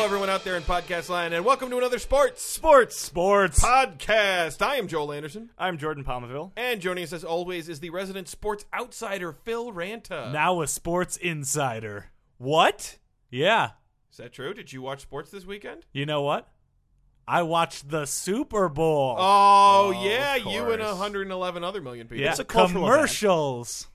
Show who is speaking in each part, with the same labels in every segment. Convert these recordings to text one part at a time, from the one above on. Speaker 1: everyone out there in podcast land, and welcome to another sports
Speaker 2: Sports. Sports.
Speaker 1: podcast. I am Joel Anderson,
Speaker 2: I'm Jordan Palmaville.
Speaker 1: and joining us as always is the resident sports outsider Phil Ranta.
Speaker 2: Now a sports insider. What? Yeah.
Speaker 1: is that true? Did you watch sports this weekend?
Speaker 2: You know what? I watched the Super Bowl.
Speaker 1: Oh,
Speaker 3: Oh,
Speaker 1: yeah,
Speaker 3: of
Speaker 1: you and
Speaker 3: course.
Speaker 1: 111 other million people.
Speaker 2: yeah.
Speaker 3: it's a cultural event.
Speaker 2: commercials.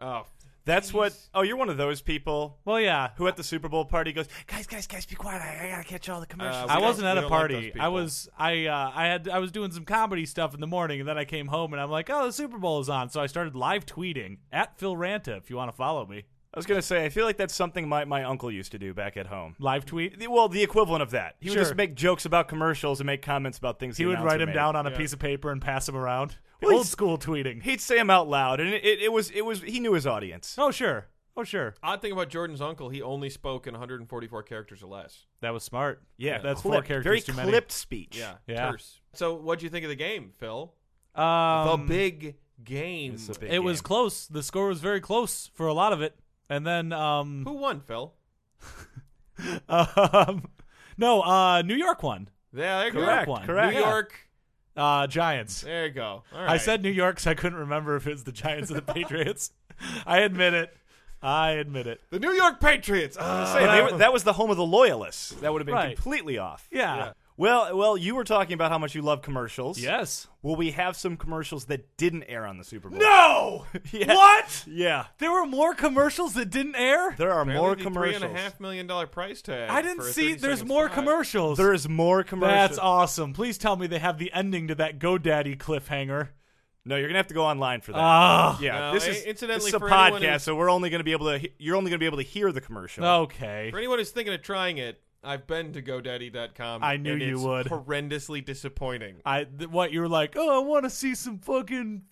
Speaker 1: Oh,
Speaker 3: That's what. Oh, you're one of those people
Speaker 2: Well, yeah.
Speaker 3: who at the Super Bowl party goes, guys, guys, guys, be quiet. I, I gotta catch all the commercials.
Speaker 1: Uh, we
Speaker 2: I
Speaker 1: don't-
Speaker 2: wasn't at
Speaker 1: we
Speaker 2: a
Speaker 1: don't like
Speaker 2: party.
Speaker 1: those people.
Speaker 2: I was I uh, I had I was doing some comedy stuff in the morning, and then I came home and I'm like, oh, the Super Bowl is on, so I started live tweeting at Phil Ranta if you want to follow me.
Speaker 3: I was gonna say, I feel like that's something my, my uncle used to do back at home.
Speaker 2: Live tweet.
Speaker 3: The- Well, the equivalent of that. He would
Speaker 2: Sure.
Speaker 3: just make jokes about commercials and make comments about things.
Speaker 2: He
Speaker 3: the
Speaker 2: would
Speaker 3: announcer
Speaker 2: write him
Speaker 3: made.
Speaker 2: down on a
Speaker 1: Yeah.
Speaker 2: piece of paper and pass him around.
Speaker 3: Well,
Speaker 2: Old
Speaker 3: he's-
Speaker 2: school tweeting.
Speaker 3: He'd say them out loud, and it, it, it was it was he knew his audience.
Speaker 2: Oh sure. Oh sure.
Speaker 1: odd thing about Jordan's uncle, he only spoke in 144 characters or less.
Speaker 2: That was smart.
Speaker 3: Yeah,
Speaker 2: that's four
Speaker 3: clipped,
Speaker 2: characters
Speaker 3: Very
Speaker 2: too many.
Speaker 3: clipped speech.
Speaker 1: Yeah,
Speaker 2: Yeah.
Speaker 1: terse. So, what'd you think of the game, Phil? the
Speaker 2: Um,
Speaker 1: big game.
Speaker 3: It's a big
Speaker 2: it was
Speaker 3: game.
Speaker 2: close. The score was very close for a lot of it, and then um,
Speaker 1: Who won, Phil?
Speaker 2: um no, uh, New York won.
Speaker 1: Yeah, there you go.
Speaker 2: Correct,
Speaker 1: One.
Speaker 2: correct.
Speaker 1: New
Speaker 2: Yeah.
Speaker 1: York.
Speaker 2: Uh, Giants.
Speaker 1: There you go. All
Speaker 2: I
Speaker 1: right.
Speaker 2: said New York, so I couldn't remember if it was the Giants or the Patriots. I admit it. I admit it.
Speaker 1: the New York Patriots. Ah.
Speaker 3: Say, they were- that was the home of the loyalists. That would have been
Speaker 2: Right.
Speaker 3: completely off.
Speaker 2: Yeah.
Speaker 1: Yeah.
Speaker 3: Well, well, you were talking about how much you love commercials.
Speaker 2: Yes.
Speaker 3: Will we have some commercials that didn't air on the Super Bowl?
Speaker 2: No.
Speaker 3: Yeah.
Speaker 2: What?
Speaker 3: Yeah.
Speaker 2: There were more commercials that didn't air.
Speaker 3: There are
Speaker 1: Apparently
Speaker 3: more
Speaker 1: the
Speaker 3: commercials.
Speaker 1: Three and a half million dollar price tag.
Speaker 2: I didn't
Speaker 1: for a
Speaker 2: see.
Speaker 1: 30
Speaker 2: There's
Speaker 1: second
Speaker 2: more
Speaker 1: spot.
Speaker 2: commercials.
Speaker 3: There is more commercials.
Speaker 2: That's awesome. Please tell me they have the ending to that GoDaddy cliffhanger.
Speaker 3: No, you're gonna have to go online for that.
Speaker 2: Ah.
Speaker 3: yeah,
Speaker 1: No,
Speaker 3: this
Speaker 1: i-
Speaker 3: is
Speaker 1: incidentally,
Speaker 3: this is a
Speaker 1: for anyone
Speaker 3: podcast,
Speaker 1: who's-
Speaker 3: so we're only gonna be able to. he- You're only gonna be able to hear the commercial.
Speaker 2: Okay.
Speaker 1: For anyone who's thinking of trying it, I've been to GoDaddy.com.
Speaker 2: I knew
Speaker 1: and
Speaker 2: you
Speaker 1: it's
Speaker 2: would.
Speaker 1: Horrendously disappointing.
Speaker 2: I th- what you were like? Oh, I want to see some fucking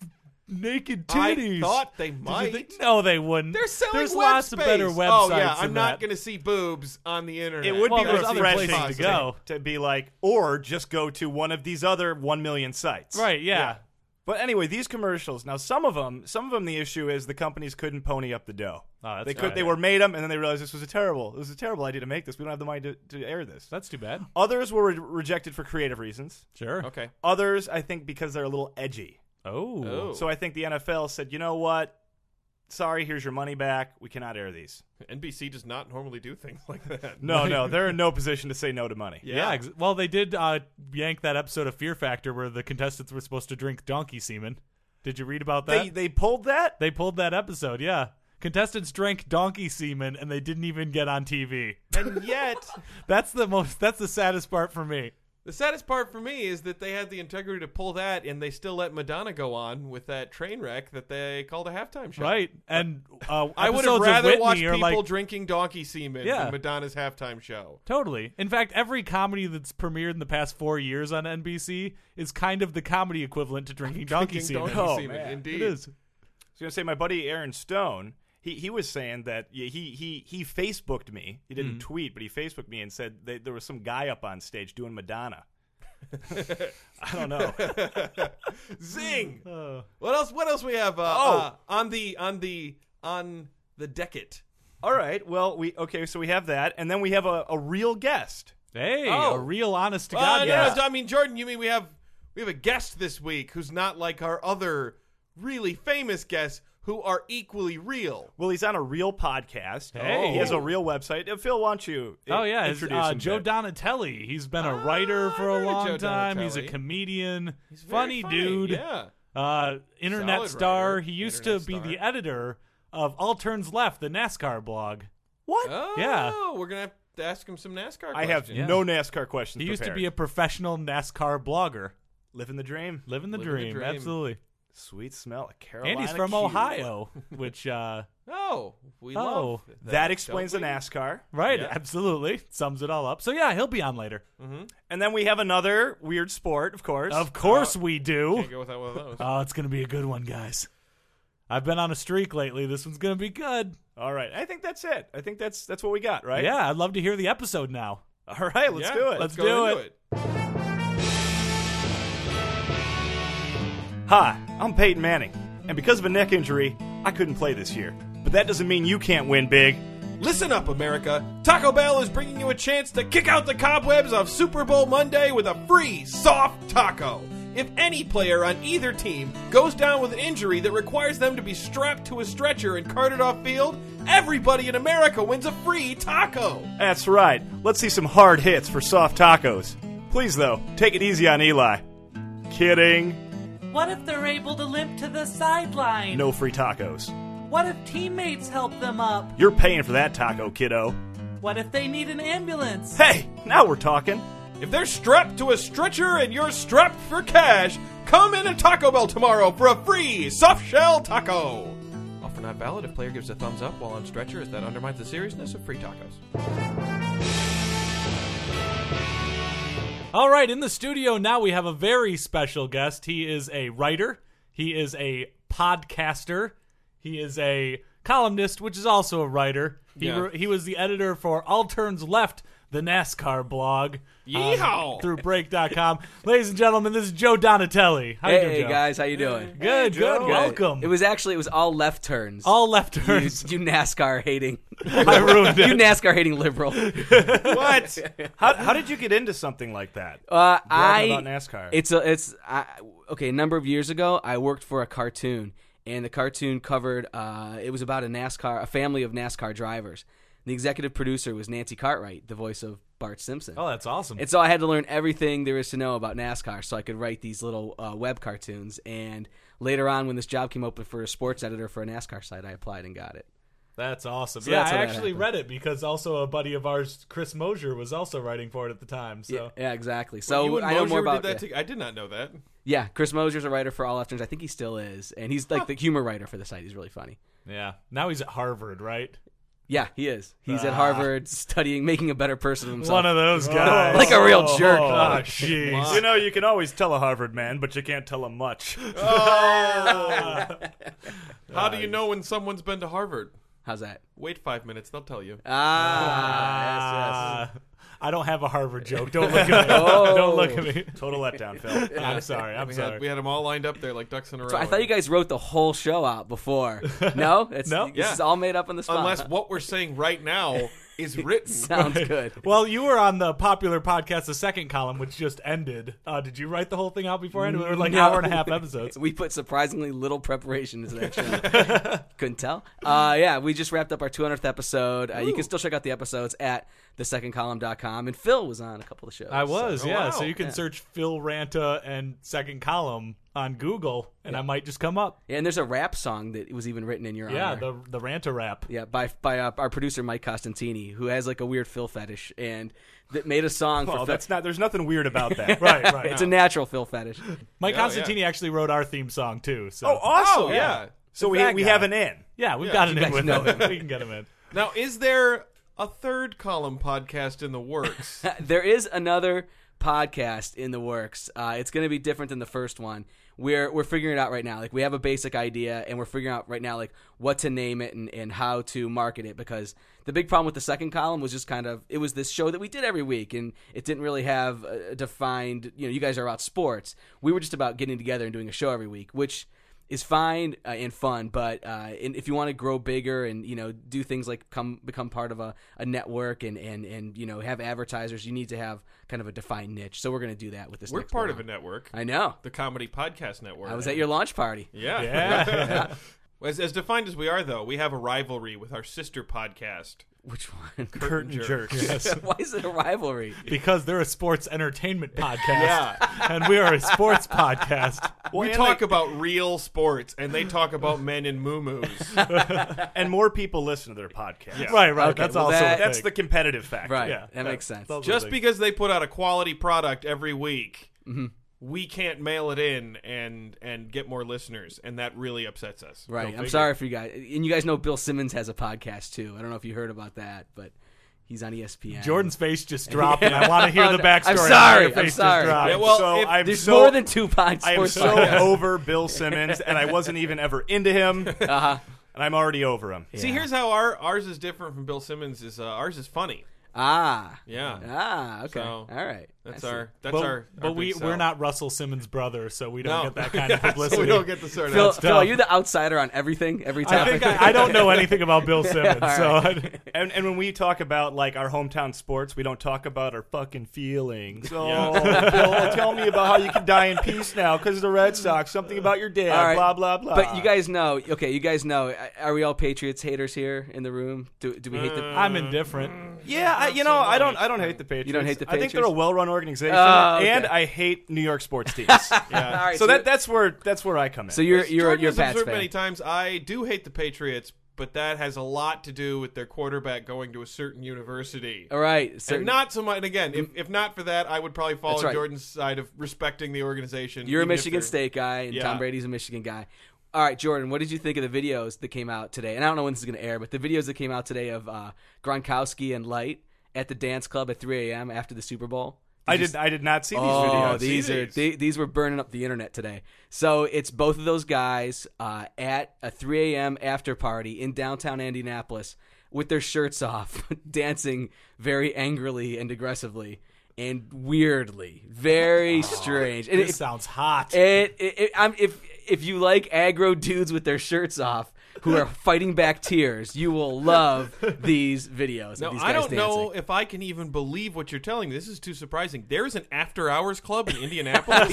Speaker 2: naked titties.
Speaker 1: I thought they
Speaker 2: Did you
Speaker 1: might.
Speaker 2: think- no, they wouldn't.
Speaker 1: They're selling
Speaker 2: There's
Speaker 1: web
Speaker 2: lots of
Speaker 1: space.
Speaker 2: better websites.
Speaker 1: Oh yeah, I'm
Speaker 2: than
Speaker 1: not
Speaker 2: that.
Speaker 1: going to see boobs on the internet.
Speaker 3: It would
Speaker 2: Well,
Speaker 3: be
Speaker 2: there's other
Speaker 3: refreshing
Speaker 2: places to
Speaker 3: to
Speaker 2: go.
Speaker 3: to be like, or just go to one of these other one million sites.
Speaker 2: Right? Yeah. Oh,
Speaker 1: Yeah.
Speaker 3: But anyway, these commercials. Now, some of them, some of them, the issue is the companies couldn't pony up the dough.
Speaker 2: Oh, that's
Speaker 3: they
Speaker 2: too
Speaker 3: could.
Speaker 2: bad.
Speaker 3: They were made them, and then they realized this was a terrible. This was a terrible idea to make this. We don't have the money to, to air this.
Speaker 2: That's too bad.
Speaker 3: Others were re- rejected for creative reasons.
Speaker 2: Sure.
Speaker 1: Okay.
Speaker 3: Others, I think, because they're a little edgy.
Speaker 2: Oh.
Speaker 1: Oh.
Speaker 3: So I think the NFL said, you know what? Sorry, here's your money back. We cannot air these.
Speaker 1: NBC does not normally do things like that.
Speaker 3: No, no, they're in no position to say no to money.
Speaker 2: Yeah. ex- well, they did uh, yank that episode of Fear Factor where the contestants were supposed to drink donkey semen. Did you read about that?
Speaker 3: They they pulled that.
Speaker 2: They pulled that episode. Yeah. Contestants drank donkey semen and they didn't even get on TV.
Speaker 1: And yet,
Speaker 2: That's the most. That's the saddest part for me.
Speaker 1: the saddest part for me is that they had the integrity to pull that, and they still let Madonna go on with that train wreck that they called a halftime show.
Speaker 2: Right. And uh,
Speaker 1: I would
Speaker 2: episodes
Speaker 1: have
Speaker 2: of
Speaker 1: rather
Speaker 2: Whitney
Speaker 1: watched
Speaker 2: are
Speaker 1: people
Speaker 2: like,
Speaker 1: drinking donkey semen
Speaker 2: Yeah.
Speaker 1: than Madonna's halftime show.
Speaker 2: Totally. In fact, every comedy that's premiered in the past four years on NBC is kind of the comedy equivalent to drinking donkey
Speaker 1: Drinking
Speaker 2: semen.
Speaker 1: donkey
Speaker 3: Oh,
Speaker 1: semen,
Speaker 3: man.
Speaker 1: indeed.
Speaker 2: It is.
Speaker 3: I was gonna say my buddy Aaron Stone. He he was saying that yeah, he he he Facebooked me. He
Speaker 2: Mm.
Speaker 3: didn't tweet, but he Facebooked me and said that there was some guy up on stage doing Madonna. I don't know.
Speaker 1: Zing.
Speaker 2: Oh.
Speaker 1: What else? What else we have? Uh,
Speaker 3: Oh.
Speaker 1: uh, on the on the on the decket.
Speaker 3: All right. Well, we okay. So we have that, and then we have a, a real guest.
Speaker 2: Hey,
Speaker 1: Oh.
Speaker 2: a real honest to
Speaker 1: Uh,
Speaker 2: God.
Speaker 1: no,
Speaker 2: yeah.
Speaker 1: no, I mean Jordan. You mean we have we have a guest this week who's not like our other really famous guests who are equally real.
Speaker 3: Well, he's on a real podcast.
Speaker 2: Hey.
Speaker 3: He has a real website. Uh, Phil, why don't you? i-
Speaker 2: Oh yeah, it's,
Speaker 3: introduce
Speaker 2: uh,
Speaker 3: him
Speaker 2: Joe
Speaker 3: to-
Speaker 2: Donatelli. He's been a
Speaker 1: Ah,
Speaker 2: writer
Speaker 1: I've
Speaker 2: for
Speaker 1: heard
Speaker 2: a
Speaker 1: of
Speaker 2: long
Speaker 1: Joe
Speaker 2: time. He's a
Speaker 1: Donatelli.
Speaker 2: comedian,
Speaker 1: He's very
Speaker 2: funny, dude,
Speaker 1: Yeah.
Speaker 2: uh, internet
Speaker 1: Solid
Speaker 2: star.
Speaker 1: writer,
Speaker 2: He used
Speaker 1: internet
Speaker 2: to be
Speaker 1: star.
Speaker 2: the editor of All Turns Left, the NASCAR blog. What?
Speaker 1: Oh,
Speaker 2: yeah,
Speaker 1: We're gonna have to ask him some NASCAR.
Speaker 3: I have
Speaker 1: questions.
Speaker 2: Yeah.
Speaker 3: no NASCAR questions.
Speaker 2: he used to
Speaker 3: prepared.
Speaker 2: be a professional NASCAR blogger,
Speaker 3: living the dream.
Speaker 2: living the,
Speaker 1: Living the
Speaker 2: dream,
Speaker 1: dream.
Speaker 2: Absolutely.
Speaker 3: Sweet smell of Carolina.
Speaker 2: And he's from
Speaker 3: Q.
Speaker 2: Ohio, which uh,
Speaker 1: Oh, we
Speaker 2: Oh.
Speaker 1: love
Speaker 3: That, explains the
Speaker 1: don't we?
Speaker 3: NASCAR.
Speaker 2: right,
Speaker 1: Yeah.
Speaker 2: absolutely sums it all up. So yeah, he'll be on later.
Speaker 3: And then we have another weird sport, of course.
Speaker 2: Of course we do.
Speaker 1: Can't go without one of those.
Speaker 2: Oh, it's gonna be a good one, guys. I've been on a streak lately. This one's gonna be good.
Speaker 3: All right. I think that's it. I think that's that's what we got, right?
Speaker 2: Yeah, I'd love to hear the episode now.
Speaker 3: All right, let's
Speaker 1: Yeah,
Speaker 3: do it.
Speaker 2: Let's
Speaker 1: go
Speaker 2: do
Speaker 1: into
Speaker 2: it.
Speaker 3: Hi, I'm Peyton Manning, and because of a neck injury, I couldn't play this year. But that doesn't mean you can't win big.
Speaker 1: Listen up, America. Taco Bell is bringing you a chance to kick out the cobwebs of Super Bowl Monday with a free soft taco. If any player on either team goes down with an injury that requires them to be strapped to a stretcher and carted off field, everybody in America wins a free taco.
Speaker 3: That's right. Let's see some hard hits for soft tacos. Please, though, take it easy on Eli. Kidding.
Speaker 4: What if they're able to limp to the sideline?
Speaker 3: No free tacos.
Speaker 4: What if teammates help them up?
Speaker 3: You're paying for that taco, kiddo.
Speaker 4: What if they need an ambulance?
Speaker 3: Hey, now we're talking.
Speaker 1: If they're strapped to a stretcher and you're strapped for cash, come in to Taco Bell tomorrow for a free soft shell taco. Offer not valid if player gives a thumbs up while on stretcher, as that undermines the seriousness of free tacos.
Speaker 2: All right, in the studio now we have a very special guest. He is a writer, he is a podcaster, he is a columnist, which is also a writer. He,
Speaker 1: Yeah.
Speaker 2: he was the editor for All Turns Left, the NASCAR blog. um,
Speaker 1: Yeehaw!
Speaker 2: through break.com. Ladies and gentlemen, this is Joe Donatelli. How you
Speaker 5: Hey
Speaker 2: doing, Joe?
Speaker 5: guys, how you doing?
Speaker 2: Good, good.
Speaker 5: Good.
Speaker 2: Welcome.
Speaker 5: It was actually it was all left turns.
Speaker 2: all left
Speaker 5: you,
Speaker 2: turns.
Speaker 5: you NASCAR hating.
Speaker 2: I ruined
Speaker 5: you
Speaker 2: it.
Speaker 5: NASCAR hating liberal.
Speaker 3: What? how, how did you get into something like that?
Speaker 5: Uh, I
Speaker 3: about NASCAR.
Speaker 5: It's a it's I, okay. A number of years ago, I worked for a cartoon, and the cartoon covered. Uh, it was about a NASCAR, a family of NASCAR drivers. The executive producer was Nancy Cartwright, the voice of Bart Simpson.
Speaker 2: Oh, that's awesome.
Speaker 5: And so I had to learn everything there is to know about NASCAR so I could write these little uh, web cartoons. And later on, when this job came open for a sports editor for a NASCAR site, I applied and got it.
Speaker 2: That's awesome. yeah,
Speaker 5: that's
Speaker 2: I
Speaker 5: how that
Speaker 2: actually
Speaker 5: happened.
Speaker 2: read it because also a buddy of ours, Chris Mosier, was also writing for it at the time. So
Speaker 5: Yeah, yeah, exactly. So
Speaker 1: You and
Speaker 5: Oh, I know
Speaker 1: Mosier
Speaker 5: more about
Speaker 1: did that.
Speaker 5: yeah.
Speaker 1: to- I did not know that.
Speaker 5: yeah, Chris Mosier's a writer for All Left Turns. I think he still is, and he's like the humor writer for the site. He's really funny.
Speaker 2: Yeah. Now he's at Harvard, right?
Speaker 5: Yeah, he is. He's at Harvard studying, making a better person of himself.
Speaker 2: One of those guys.
Speaker 5: Like a real jerk.
Speaker 2: Oh, jeez.
Speaker 3: You know, you can always tell a Harvard man, but you can't tell him much.
Speaker 1: How do you know when someone's been to Harvard?
Speaker 5: How's that?
Speaker 1: Wait five minutes, they'll tell you.
Speaker 5: Uh, Ah, yes, yes.
Speaker 2: Uh, I don't have a Harvard joke. Don't look at me. Don't look at me.
Speaker 3: Total letdown, Phil.
Speaker 2: I'm sorry. I'm
Speaker 1: we,
Speaker 2: sorry.
Speaker 1: had, we had them all lined up there like ducks in a row.
Speaker 5: So I thought you guys wrote the whole show out before. No, it's,
Speaker 2: No.
Speaker 5: This
Speaker 1: Yeah.
Speaker 5: is all made up on the spot.
Speaker 1: Unless what we're saying right now is written.
Speaker 5: sounds good.
Speaker 2: well, you were on the popular podcast, the second column, which just ended. Uh, did you write the whole thing out beforehand?
Speaker 3: Mm,
Speaker 2: We were like
Speaker 5: No.
Speaker 2: hour and a half episodes.
Speaker 5: We put surprisingly little preparation into that show. Couldn't tell. Uh, yeah, we just wrapped up our 200th episode. Uh, you can still check out the episodes at thesecondcolumn.com. And Phil was on a couple of the shows.
Speaker 2: I was,
Speaker 1: Oh,
Speaker 2: yeah.
Speaker 1: wow.
Speaker 2: So you can search Phil Ranta and second column on Google, and I might just come up.
Speaker 5: Yeah, and there's a rap song that was even written in your
Speaker 2: Yeah,
Speaker 5: honor.
Speaker 2: the the Ranta rap.
Speaker 5: yeah, by by uh, our producer Mike Costantini, who has like a weird Phil fetish, and that made a song for
Speaker 3: Oh,
Speaker 5: Phil.
Speaker 3: that's not. There's nothing weird about that.
Speaker 2: Right, right.
Speaker 5: it's a natural Phil fetish.
Speaker 2: Mike
Speaker 1: Yeah,
Speaker 2: Constantini actually wrote our theme song too. So
Speaker 3: Oh, awesome.
Speaker 1: Oh, yeah.
Speaker 3: So we,
Speaker 2: that
Speaker 3: we
Speaker 2: guy.
Speaker 3: have an in.
Speaker 2: yeah, we've got it in
Speaker 5: guys
Speaker 2: with
Speaker 5: know
Speaker 2: him. we can get him in.
Speaker 1: Now, is there a third column podcast in the works?
Speaker 5: there is another podcast in the works. Uh, it's going to be different than the first one. We're we're figuring it out right now. Like we have a basic idea, and we're figuring out right now like what to name it and, and how to market it. Because the big problem with the second column was just kind of it was this show that we did every week, and it didn't really have a defined. You know, you guys are about sports. We were just about getting together and doing a show every week, which is fine uh, and fun, but uh, and if you want to grow bigger and you know do things like come become part of a, a network and, and and you know have advertisers, you need to have kind of a defined niche. So we're going to do that with this.
Speaker 1: we're
Speaker 5: next
Speaker 1: part of
Speaker 5: round.
Speaker 1: a network,
Speaker 5: I know.
Speaker 1: the Comedy Podcast Network.
Speaker 5: I was at your launch party.
Speaker 1: Yeah.
Speaker 2: Yeah.
Speaker 1: as, as defined as we are, though, we have a rivalry with our sister podcast,
Speaker 5: Which one?
Speaker 1: Curtain, Jerk.
Speaker 2: Yes.
Speaker 5: Why is it a rivalry?
Speaker 2: Because they're a sports entertainment podcast,
Speaker 1: Yeah.
Speaker 2: and we are a sports podcast.
Speaker 1: we
Speaker 3: and
Speaker 1: talk
Speaker 3: they-
Speaker 1: about real sports, and they talk about men in moo-moos.
Speaker 3: And more people listen to their podcast.
Speaker 2: Right, right.
Speaker 5: Okay,
Speaker 2: that's
Speaker 5: well,
Speaker 2: also a
Speaker 5: that-
Speaker 2: thing.
Speaker 3: That's the competitive factor.
Speaker 5: Right.
Speaker 2: Yeah,
Speaker 5: that makes sense.
Speaker 2: That's
Speaker 1: Just
Speaker 2: the thing.
Speaker 1: because they put out a quality product every week,
Speaker 5: Mm-hmm.
Speaker 1: we can't mail it in and and get more listeners, and that really upsets us.
Speaker 5: Right. I'm
Speaker 1: Go figure.
Speaker 5: sorry for you guys. And you guys know Bill Simmons has a podcast too. I don't know if you heard about that, but he's on E ESPN.
Speaker 2: Jordan's face just dropped, and I want to hear the backstory.
Speaker 5: I'm
Speaker 2: on
Speaker 5: sorry,
Speaker 2: your
Speaker 5: I'm
Speaker 2: face just
Speaker 5: sorry.
Speaker 2: dropped.
Speaker 1: Yeah, well,
Speaker 3: so
Speaker 1: if
Speaker 3: I'm
Speaker 5: There's
Speaker 3: so,
Speaker 5: more than two pod,
Speaker 3: I am
Speaker 5: sports
Speaker 3: so
Speaker 5: podcasts.
Speaker 3: over Bill Simmons, and I wasn't even ever into him,
Speaker 5: Uh-huh.
Speaker 3: and I'm already over him.
Speaker 1: See, here's how our ours is different from Bill Simmons. Is uh, ours is funny.
Speaker 5: Ah.
Speaker 1: Yeah.
Speaker 5: Ah. Okay.
Speaker 1: So,
Speaker 5: All right.
Speaker 1: That's
Speaker 5: I see.
Speaker 1: our that's
Speaker 2: But,
Speaker 1: our,
Speaker 2: but
Speaker 1: our
Speaker 2: we
Speaker 1: big sell.
Speaker 2: we're not Russell Simmons' brother, so we don't
Speaker 1: No.
Speaker 2: get that kind of
Speaker 1: Yeah, so
Speaker 2: publicity.
Speaker 1: we don't get the sort of
Speaker 5: Phil,
Speaker 1: that's-
Speaker 5: Phil, are you the outsider on everything? Every
Speaker 2: I
Speaker 5: topic.
Speaker 2: think I, I don't know anything about Bill Simmons,
Speaker 5: all
Speaker 2: so
Speaker 3: And, and when we talk about like our hometown sports, we don't talk about our fucking feelings. Oh,
Speaker 1: Yeah.
Speaker 3: Bill, tell me about how you can die in peace now because of the Red Sox. Something about your dad.
Speaker 5: All right.
Speaker 3: Blah blah blah.
Speaker 5: But you guys know, okay, you guys know. Are we all Patriots haters here in the room? Do, do we hate the?
Speaker 2: I'm
Speaker 5: Mm.
Speaker 2: indifferent.
Speaker 3: Mm, yeah, I, you know, I don't, I don't hate the Patriots.
Speaker 5: don't hate the
Speaker 3: I think they're a
Speaker 5: Patriots?
Speaker 3: well-run organization,
Speaker 5: Oh, okay.
Speaker 3: and I hate New York sports teams.
Speaker 5: all right,
Speaker 3: So that,
Speaker 5: you're-
Speaker 3: that's where, that's where I come in.
Speaker 5: so you're
Speaker 1: As
Speaker 5: you're
Speaker 1: Jordan
Speaker 5: you're a
Speaker 1: has
Speaker 5: Pats
Speaker 1: observed
Speaker 5: fan.
Speaker 1: many times. I do hate the Patriots, but that has a lot to do with their quarterback going to a certain university.
Speaker 5: All right, so
Speaker 1: And not so much. And again, if, if not for that, I would probably fall
Speaker 5: That's
Speaker 1: on
Speaker 5: right.
Speaker 1: Jordan's side of respecting the organization.
Speaker 5: you're a
Speaker 1: even if
Speaker 5: Michigan
Speaker 1: they're-
Speaker 5: State guy, and
Speaker 1: Yeah.
Speaker 5: Tom Brady's a Michigan guy. All right, Jordan, what did you think of the videos that came out today? And I don't know when this is going to air, but the videos that came out today of uh, Gronkowski and Light at the dance club at 3 a.m. after the Super Bowl.
Speaker 3: I
Speaker 5: you
Speaker 3: did, I did not see these
Speaker 5: Oh,
Speaker 3: videos.
Speaker 5: these are
Speaker 1: these.
Speaker 5: the- these were burning up the internet today. So it's both of those guys uh, at a 3 a.m. after party in downtown Indianapolis with their shirts off, dancing very angrily and aggressively and weirdly, very strange. And
Speaker 2: This
Speaker 5: it,
Speaker 2: sounds hot.
Speaker 5: it, it, it, I'm, if if you like aggro dudes with their shirts off who are fighting back tears, you will love these videos. of
Speaker 1: No,
Speaker 5: these
Speaker 1: I
Speaker 5: guys
Speaker 1: don't
Speaker 5: dancing.
Speaker 1: know if I can even believe what you're telling me. This is too surprising. There's an after hours club in Indianapolis.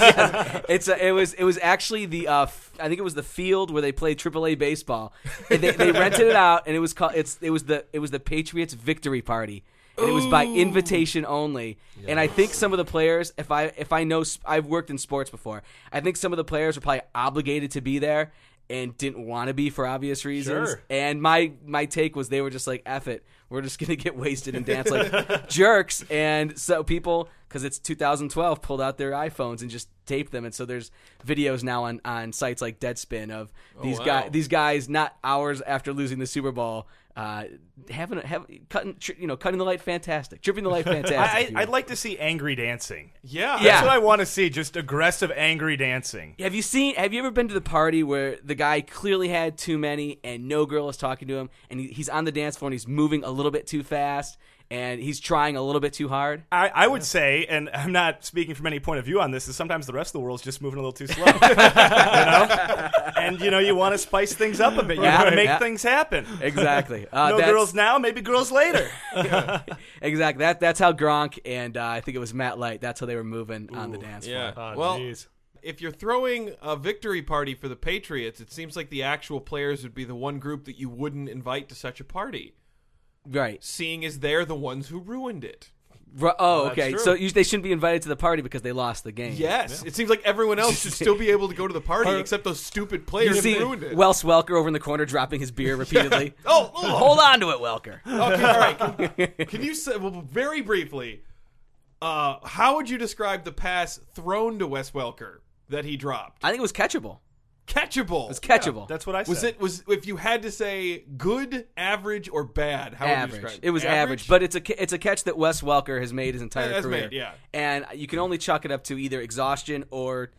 Speaker 5: it's a, it was it was actually the uh, f- I think it was the field where they played AAA baseball. And they, they rented it out, and it was called it's it was the it was the Patriots victory party. And it was by invitation only, and I think some of the players, if I if I know, sp- I've worked in sports before. I think some of the players were probably obligated to be there and didn't want to be for obvious reasons.
Speaker 2: Sure.
Speaker 5: And my my take was they were just like, "F it, we're just gonna get wasted and dance like jerks." And so people, because it's 2012, pulled out their iPhones and just taped them. And so there's videos now on on sites like Deadspin of
Speaker 3: Oh,
Speaker 5: these
Speaker 1: wow.
Speaker 5: guys these guys not hours after losing the Super Bowl. Uh, having have cutting tr- you know cutting the light fantastic tripping the light fantastic
Speaker 3: I,
Speaker 5: if you
Speaker 3: I, I'd
Speaker 5: will.
Speaker 3: like to see angry dancing.
Speaker 1: yeah.
Speaker 5: Yeah.
Speaker 3: That's what I want to see. Just aggressive, angry dancing.
Speaker 5: Have you seen? Have you ever been to the party where the guy clearly had too many and no girl is talking to him, and he, he's on the dance floor and he's moving a little bit too fast and he's trying a little bit too hard?
Speaker 3: I, I would say, and I'm not speaking from any point of view on this, is sometimes the rest of the world's just moving a little too slow. you know? And, you know, you want to spice things up a bit. You
Speaker 5: Yeah,
Speaker 3: want to make
Speaker 5: yeah.
Speaker 3: things happen.
Speaker 5: Exactly. Uh,
Speaker 3: No
Speaker 5: that's,
Speaker 3: girls now, maybe girls later.
Speaker 5: Exactly. That that's how Gronk and uh, I think it was Matt Light. That's how they were moving on the dance floor.
Speaker 1: Yeah.
Speaker 2: Oh,
Speaker 1: well,
Speaker 2: jeez.
Speaker 1: if you're throwing a victory party for the Patriots, it seems like the actual players would be the one group that you wouldn't invite to such a party,
Speaker 5: Right.
Speaker 1: seeing as they're the ones who ruined it.
Speaker 5: Ru- Oh, okay.
Speaker 1: true.
Speaker 5: So you, they shouldn't be invited to the party because they lost the game.
Speaker 1: Yes, it seems like everyone else should still be able to go to the party except those stupid
Speaker 5: You
Speaker 1: players who
Speaker 5: see,
Speaker 1: ruined it.
Speaker 5: Wells Welker over in the corner dropping his beer repeatedly.
Speaker 1: oh, oh,
Speaker 5: Hold on to it, Welker.
Speaker 1: Okay, all right. Can, can you say well, very briefly? Uh, how would you describe the pass thrown to Wes Welker that he dropped?
Speaker 5: I think it was catchable.
Speaker 1: Catchable.
Speaker 5: It's catchable.
Speaker 3: That's what I said.
Speaker 1: was it was if you had to say good, average, or bad? How would you
Speaker 5: average.
Speaker 1: describe
Speaker 5: It was average? but it's a ca- it's a catch that Wes Welker has made his entire
Speaker 1: Has
Speaker 5: career.
Speaker 1: made, yeah.
Speaker 5: and you can only chalk it up to either exhaustion or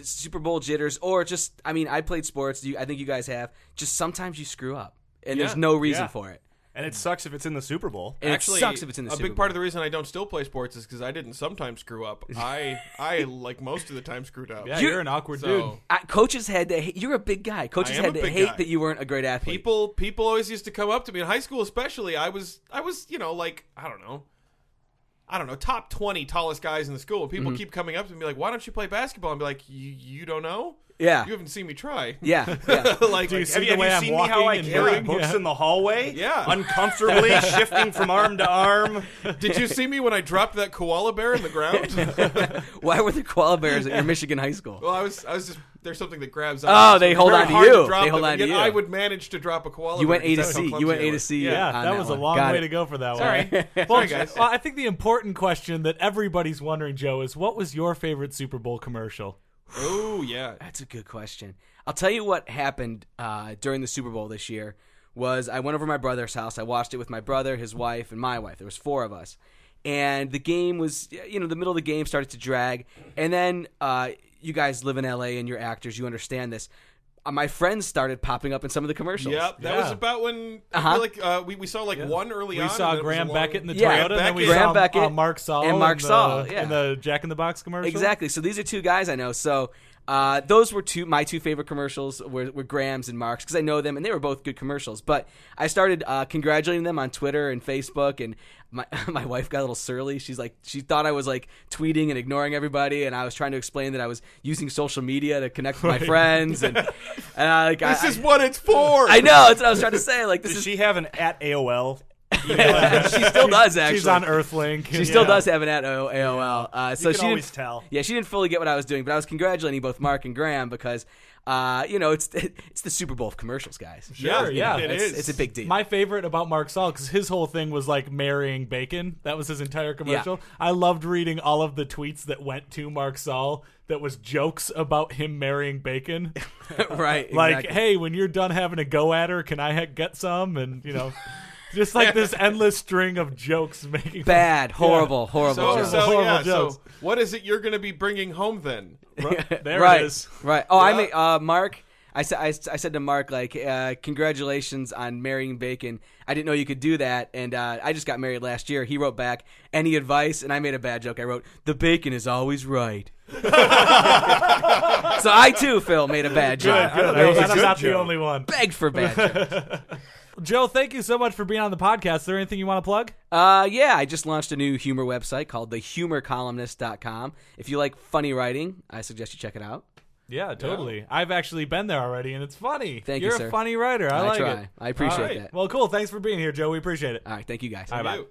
Speaker 5: Super Bowl jitters, or just I mean, I played sports. You, I think you guys have. Just sometimes you screw up, and there's no reason
Speaker 3: Yeah.
Speaker 5: for it.
Speaker 3: And it sucks if it's in the Super Bowl.
Speaker 5: And
Speaker 1: Actually,
Speaker 5: it sucks if it's in the
Speaker 1: a
Speaker 5: Super
Speaker 1: big part
Speaker 5: Bowl.
Speaker 1: of the reason I don't still play sports is because I didn't sometimes screw up. I I like most of the time screwed up.
Speaker 2: yeah,
Speaker 5: you-
Speaker 2: you're, an awkward
Speaker 1: So-
Speaker 2: dude.
Speaker 5: I, coaches had to. hate- You're a big guy. Coaches
Speaker 1: am
Speaker 5: had
Speaker 1: a
Speaker 5: to
Speaker 1: big
Speaker 5: hate
Speaker 1: guy.
Speaker 5: that you weren't a great athlete.
Speaker 1: people people always used to come up to me in high school especially i was i was you know like i don't know i don't know top 20 tallest guys in the school people
Speaker 5: Mm-hmm.
Speaker 1: keep coming up to me like why don't you play basketball and be like you you don't know
Speaker 5: Yeah.
Speaker 1: you haven't seen me try
Speaker 5: yeah, yeah.
Speaker 1: like
Speaker 2: Do you
Speaker 1: like,
Speaker 2: see
Speaker 3: Have you,
Speaker 2: the
Speaker 3: have
Speaker 2: way
Speaker 3: you
Speaker 2: I'm
Speaker 3: seen me how
Speaker 2: walking
Speaker 3: I
Speaker 2: and
Speaker 3: carry
Speaker 2: running?
Speaker 3: books
Speaker 2: Yeah.
Speaker 3: in the hallway?
Speaker 1: Yeah.
Speaker 3: Uncomfortably, shifting from arm to arm.
Speaker 1: did you see me when i dropped that koala bear in the ground
Speaker 5: Why were the koala bears at your Michigan high school?
Speaker 1: well i was i was just there's something that grabs
Speaker 5: Oh,
Speaker 1: on
Speaker 5: they hold on to you. They hold on to you.
Speaker 1: i would manage to drop a koala
Speaker 5: You
Speaker 1: bear
Speaker 5: went A to
Speaker 1: because that's how
Speaker 5: C. You
Speaker 1: clumsy
Speaker 5: went
Speaker 1: I
Speaker 5: A to
Speaker 1: was.
Speaker 5: C.
Speaker 2: Yeah,
Speaker 5: on
Speaker 2: that was
Speaker 5: one.
Speaker 2: a long
Speaker 5: Got
Speaker 2: way
Speaker 5: it.
Speaker 2: to go for that
Speaker 1: Sorry.
Speaker 2: one.
Speaker 1: Sorry, guys.
Speaker 2: Well, I think the important question that everybody's wondering, Joe, is what was your favorite Super Bowl commercial?
Speaker 1: oh yeah
Speaker 5: That's a good question. I'll tell you what happened uh, during the Super Bowl this year was I went over to my brother's house. I watched it with my brother, his wife, and my wife. There was four of us, and the game was you know the middle of the game started to drag, and then uh, you guys live in L.A. and you're actors, you understand this. uh, my friends started popping up in some of the commercials.
Speaker 1: Yep, that was
Speaker 2: Yeah.
Speaker 1: about when I
Speaker 5: Uh-huh.
Speaker 1: feel like uh, we, we saw like one early on.
Speaker 2: We
Speaker 1: and
Speaker 2: saw
Speaker 1: then it was
Speaker 2: Graham
Speaker 1: a long-
Speaker 2: Beckett in the
Speaker 5: Yeah.
Speaker 2: Toyota, and then we
Speaker 1: Beckett.
Speaker 5: Graham
Speaker 2: saw
Speaker 5: Beckett
Speaker 2: uh, Mark Saul
Speaker 5: and Mark
Speaker 2: in the,
Speaker 5: Saul, yeah.
Speaker 2: in the Jack in the Box commercial.
Speaker 5: Exactly. So these are two guys I know. So uh, those were two my two favorite commercials were, were Graham's and Mark's because I know them and they were both good commercials. But I started uh, congratulating them on Twitter and Facebook, and my my wife got a little surly. She's like, she thought I was like tweeting and ignoring everybody, and I was trying to explain that I was using social media to connect with my friends, and, and I, like
Speaker 1: This
Speaker 5: I,
Speaker 1: is what it's for.
Speaker 5: I know that's what I was trying to say. Like this
Speaker 3: Does
Speaker 5: is
Speaker 3: she have an at AOL?
Speaker 5: she still does actually.
Speaker 2: She's on Earthlink.
Speaker 5: She still does have an at AOL. Uh, so
Speaker 3: can
Speaker 5: she didn't-
Speaker 3: always tell.
Speaker 5: Yeah, she didn't fully get what I was doing, but I was congratulating both Mark and Graham because, uh, you know, it's it's the Super Bowl of commercials, guys.
Speaker 1: Yeah,
Speaker 2: Sure, yeah.
Speaker 1: it
Speaker 5: it's,
Speaker 1: is.
Speaker 5: it's a big deal.
Speaker 2: My favorite about Mark Saul because his whole thing was like marrying bacon. That was his entire commercial. I loved reading all of the tweets that went to Mark Saul that was jokes about him marrying bacon.
Speaker 5: right?
Speaker 2: like,
Speaker 5: exactly.
Speaker 2: hey, when you're done having a go at her, can I ha- get some? And you know, just like this endless string of jokes making.
Speaker 5: bad, horrible, horrible.
Speaker 1: So,
Speaker 5: joke.
Speaker 1: so,
Speaker 2: Horrible
Speaker 1: yeah, so
Speaker 2: jokes.
Speaker 1: what is it you're going to be bringing home then?
Speaker 2: there
Speaker 5: right,
Speaker 2: it is.
Speaker 5: right. Oh, I
Speaker 1: Yeah.
Speaker 5: mean, uh, Mark. I said, I, s- I said to Mark, like, uh, congratulations on marrying Bacon. I didn't know you could do that, and uh, I just got married last year. He wrote back, any advice? And I made a bad joke. I wrote, the bacon is always right. so I too, Phil, made a bad joke.
Speaker 2: Good.
Speaker 3: that was a
Speaker 2: I'm
Speaker 3: good
Speaker 2: not the
Speaker 3: joke.
Speaker 2: only one.
Speaker 5: Begged for bad jokes.
Speaker 2: Joe, thank you so much for being on the podcast. Is there anything you want to plug?
Speaker 5: Uh, yeah, I just launched a new humor website called thehumorcolumnist.com. If you like funny writing, I suggest you check it out.
Speaker 2: Yeah, totally. I've actually been there already, and it's funny.
Speaker 5: Thank you,
Speaker 2: You're
Speaker 5: sir.
Speaker 2: a funny writer. I,
Speaker 5: I,
Speaker 2: like
Speaker 5: try.
Speaker 2: it.
Speaker 5: I appreciate
Speaker 1: Alright.
Speaker 5: that.
Speaker 2: Well, cool. Thanks for being here, Joe. We appreciate it.
Speaker 5: All right, thank you guys.
Speaker 2: Bye-bye.
Speaker 1: You.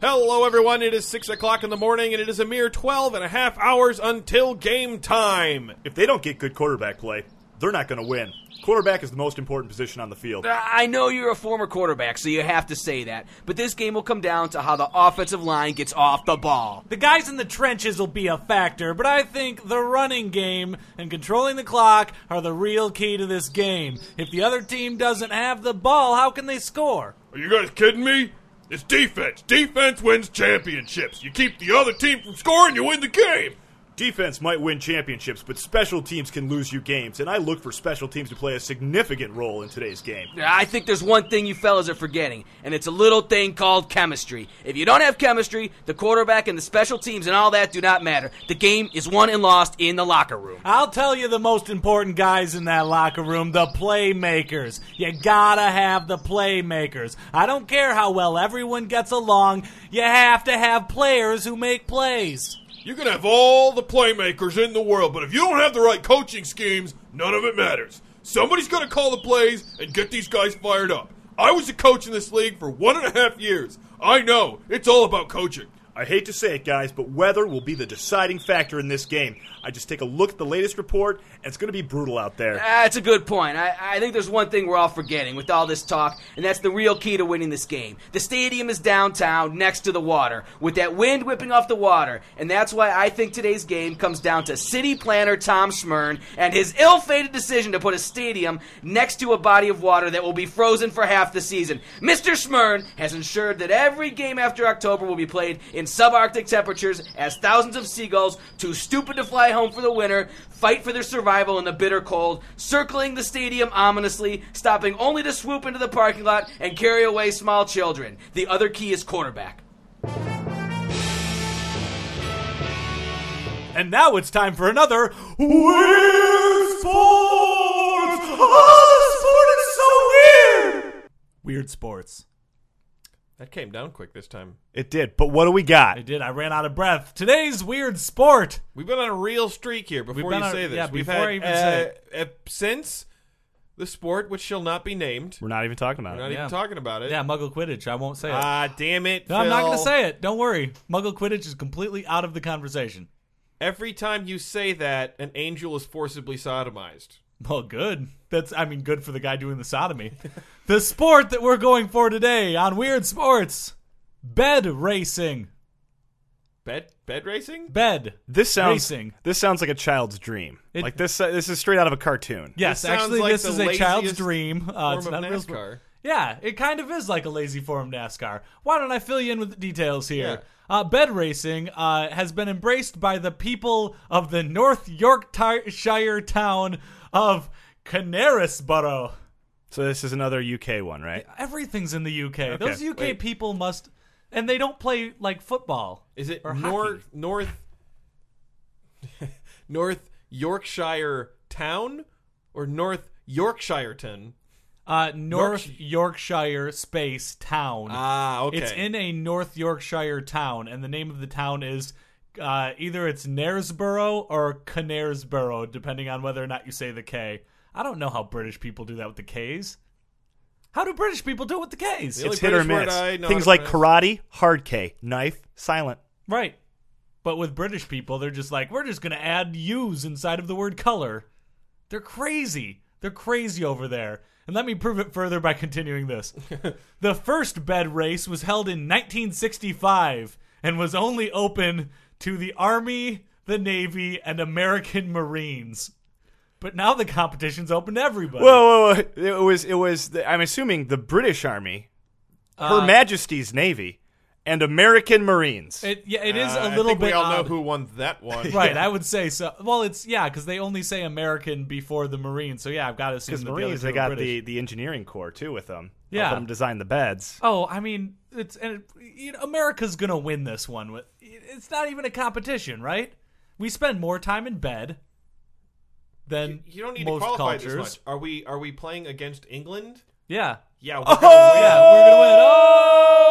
Speaker 1: Hello, everyone. It is 6 o'clock in the morning, and it is a mere 12 and a half hours until game time.
Speaker 3: If they don't get good quarterback play, they're not going to win. Quarterback is the most important position on the field.
Speaker 5: I know you're a former quarterback, so you have to say that. But this game will come down to how the offensive line gets off the ball.
Speaker 2: The guys in the trenches will be a factor, but I think the running game and controlling the clock are the real key to this game. If the other team doesn't have the ball, how can they score?
Speaker 1: Are you guys kidding me? It's defense. Defense wins championships. You keep the other team from scoring, you win the game.
Speaker 3: Defense might win championships, but special teams can lose you games, and I look for special teams to play a significant role in today's game.
Speaker 5: I think there's one thing you fellas are forgetting, and it's a little thing called chemistry. If you don't have chemistry, the quarterback and the special teams and all that do not matter. The game is won and lost in the locker room.
Speaker 2: I'll tell you the most important guys in that locker room, the playmakers. You gotta have the playmakers. I don't care how well everyone gets along, you have to have players who make plays.
Speaker 1: You can have all the playmakers in the world, but if you don't have the right coaching schemes, none of it matters. Somebody's going to call the plays and get these guys fired up. I was a coach in this league for one and a half years. I know. It's all about coaching.
Speaker 3: I hate to say it, guys, but weather will be the deciding factor in this game. I just take a look at the latest report, and it's going to be brutal out there.
Speaker 5: That's Ah, a good point. I, I think there's one thing we're all forgetting with all this talk, and that's the real key to winning this game. The stadium is downtown, next to the water, with that wind whipping off the water, and that's why I think today's game comes down to city planner Tom Smyrn and his ill fated decision to put a stadium next to a body of water that will be frozen for half the season. Mr. Smyrn has ensured that every game after October will be played in subarctic temperatures as thousands of seagulls, too stupid to fly home for the winter, fight for their survival in the bitter cold, circling the stadium ominously, stopping only to swoop into the parking lot and carry away small children. The other key is quarterback.
Speaker 2: And now it's time for another Weird Sports! Oh, sport is so weird! Weird Sports.
Speaker 1: That came down quick this time.
Speaker 3: It did, but what do we got?
Speaker 2: I did, I ran out of breath. Today's Weird Sport!
Speaker 1: We've been on a real streak here. Before
Speaker 2: been
Speaker 1: you
Speaker 2: on-
Speaker 1: say this,
Speaker 2: yeah,
Speaker 1: we've
Speaker 2: before
Speaker 1: had
Speaker 2: I even
Speaker 1: uh,
Speaker 2: say
Speaker 1: uh, since the sport which shall not be named.
Speaker 3: We're not even talking about
Speaker 1: We're not
Speaker 3: it.
Speaker 1: even talking about it.
Speaker 2: Yeah, Muggle Quidditch, I won't say it.
Speaker 1: Ah, damn it!
Speaker 2: no, I'm not
Speaker 1: Phil.
Speaker 2: gonna say it. Don't worry. Muggle Quidditch is completely out of the conversation.
Speaker 1: Every time you say that, an angel is forcibly sodomized.
Speaker 2: Well, good. That's, I mean, good for the guy doing the sodomy. the sport that we're going for today on Weird Sports bed racing.
Speaker 1: Bed bed racing?
Speaker 2: Bed.
Speaker 3: This sounds
Speaker 2: Racing.
Speaker 3: this sounds like a child's dream.
Speaker 2: It-
Speaker 3: like this uh, this is straight out of a cartoon.
Speaker 2: Yes,
Speaker 1: sounds
Speaker 2: actually,
Speaker 1: like
Speaker 2: this
Speaker 1: the
Speaker 2: is a child's
Speaker 1: laziest
Speaker 2: dream. Uh,
Speaker 1: Form
Speaker 2: it's
Speaker 1: of
Speaker 2: not real
Speaker 1: NASCAR.
Speaker 2: Yeah, it kind of is like a lazy form NASCAR. Why don't I fill you in with the details here? Uh, bed racing uh, has been embraced by the people of the North Yorkshire town of Canarisborough.
Speaker 3: So this is another UK one, right?
Speaker 2: Everything's in the UK. Those UK
Speaker 1: wait.
Speaker 2: people must, and they don't play like football.
Speaker 1: Is it
Speaker 2: Or
Speaker 1: North North North Yorkshire town or North Yorkshireton?
Speaker 2: Uh, North Yorkshire space town.
Speaker 1: Ah, okay.
Speaker 2: It's in a North Yorkshire town, and the name of the town is uh, either it's Knaresborough or Canaresborough, depending on whether or not you say the K. I don't know how British people do that with the Ks. How do British people do it with the Ks?
Speaker 1: Really?
Speaker 3: It's hit or
Speaker 1: British word
Speaker 3: miss.
Speaker 1: I know how
Speaker 3: Things
Speaker 1: to
Speaker 3: like
Speaker 1: pronounce.
Speaker 3: karate, hard K, knife, silent.
Speaker 2: Right. But with British people, they're just like, we're just going to add U's inside of the word color. They're crazy. They're crazy over there. And let me prove it further by continuing this. the first bed race was held in 1965 and was only open to the Army, the Navy, and American Marines. But now the competition's open to everybody.
Speaker 3: Whoa, whoa, whoa! It was, it was. The, I'm assuming the British Army, Her Majesty's Navy, and American Marines.
Speaker 2: It, yeah, it is
Speaker 1: Uh,
Speaker 2: a
Speaker 1: I
Speaker 2: little
Speaker 1: think
Speaker 2: bit.
Speaker 1: We all know
Speaker 2: odd.
Speaker 1: who won that one.
Speaker 2: Right, I would say so. Well, it's yeah, because they only say American before the Marines. So yeah, I've got to assume
Speaker 3: Because
Speaker 2: that
Speaker 3: Marines,
Speaker 2: the other
Speaker 3: they
Speaker 2: two are
Speaker 3: got
Speaker 2: British.
Speaker 3: the, the engineering corps too with them.
Speaker 2: Yeah.
Speaker 3: helping them design the beds.
Speaker 2: Oh, I mean, it's and you know, America's gonna win this one. With it's not even a competition, right? We spend more time in bed than
Speaker 1: You don't need
Speaker 2: most
Speaker 1: to qualify
Speaker 2: cultures.
Speaker 1: this much. Are we are we playing against England?
Speaker 2: Yeah,
Speaker 1: Yeah. We're
Speaker 2: Oh,
Speaker 1: gonna win.
Speaker 2: yeah, we're gonna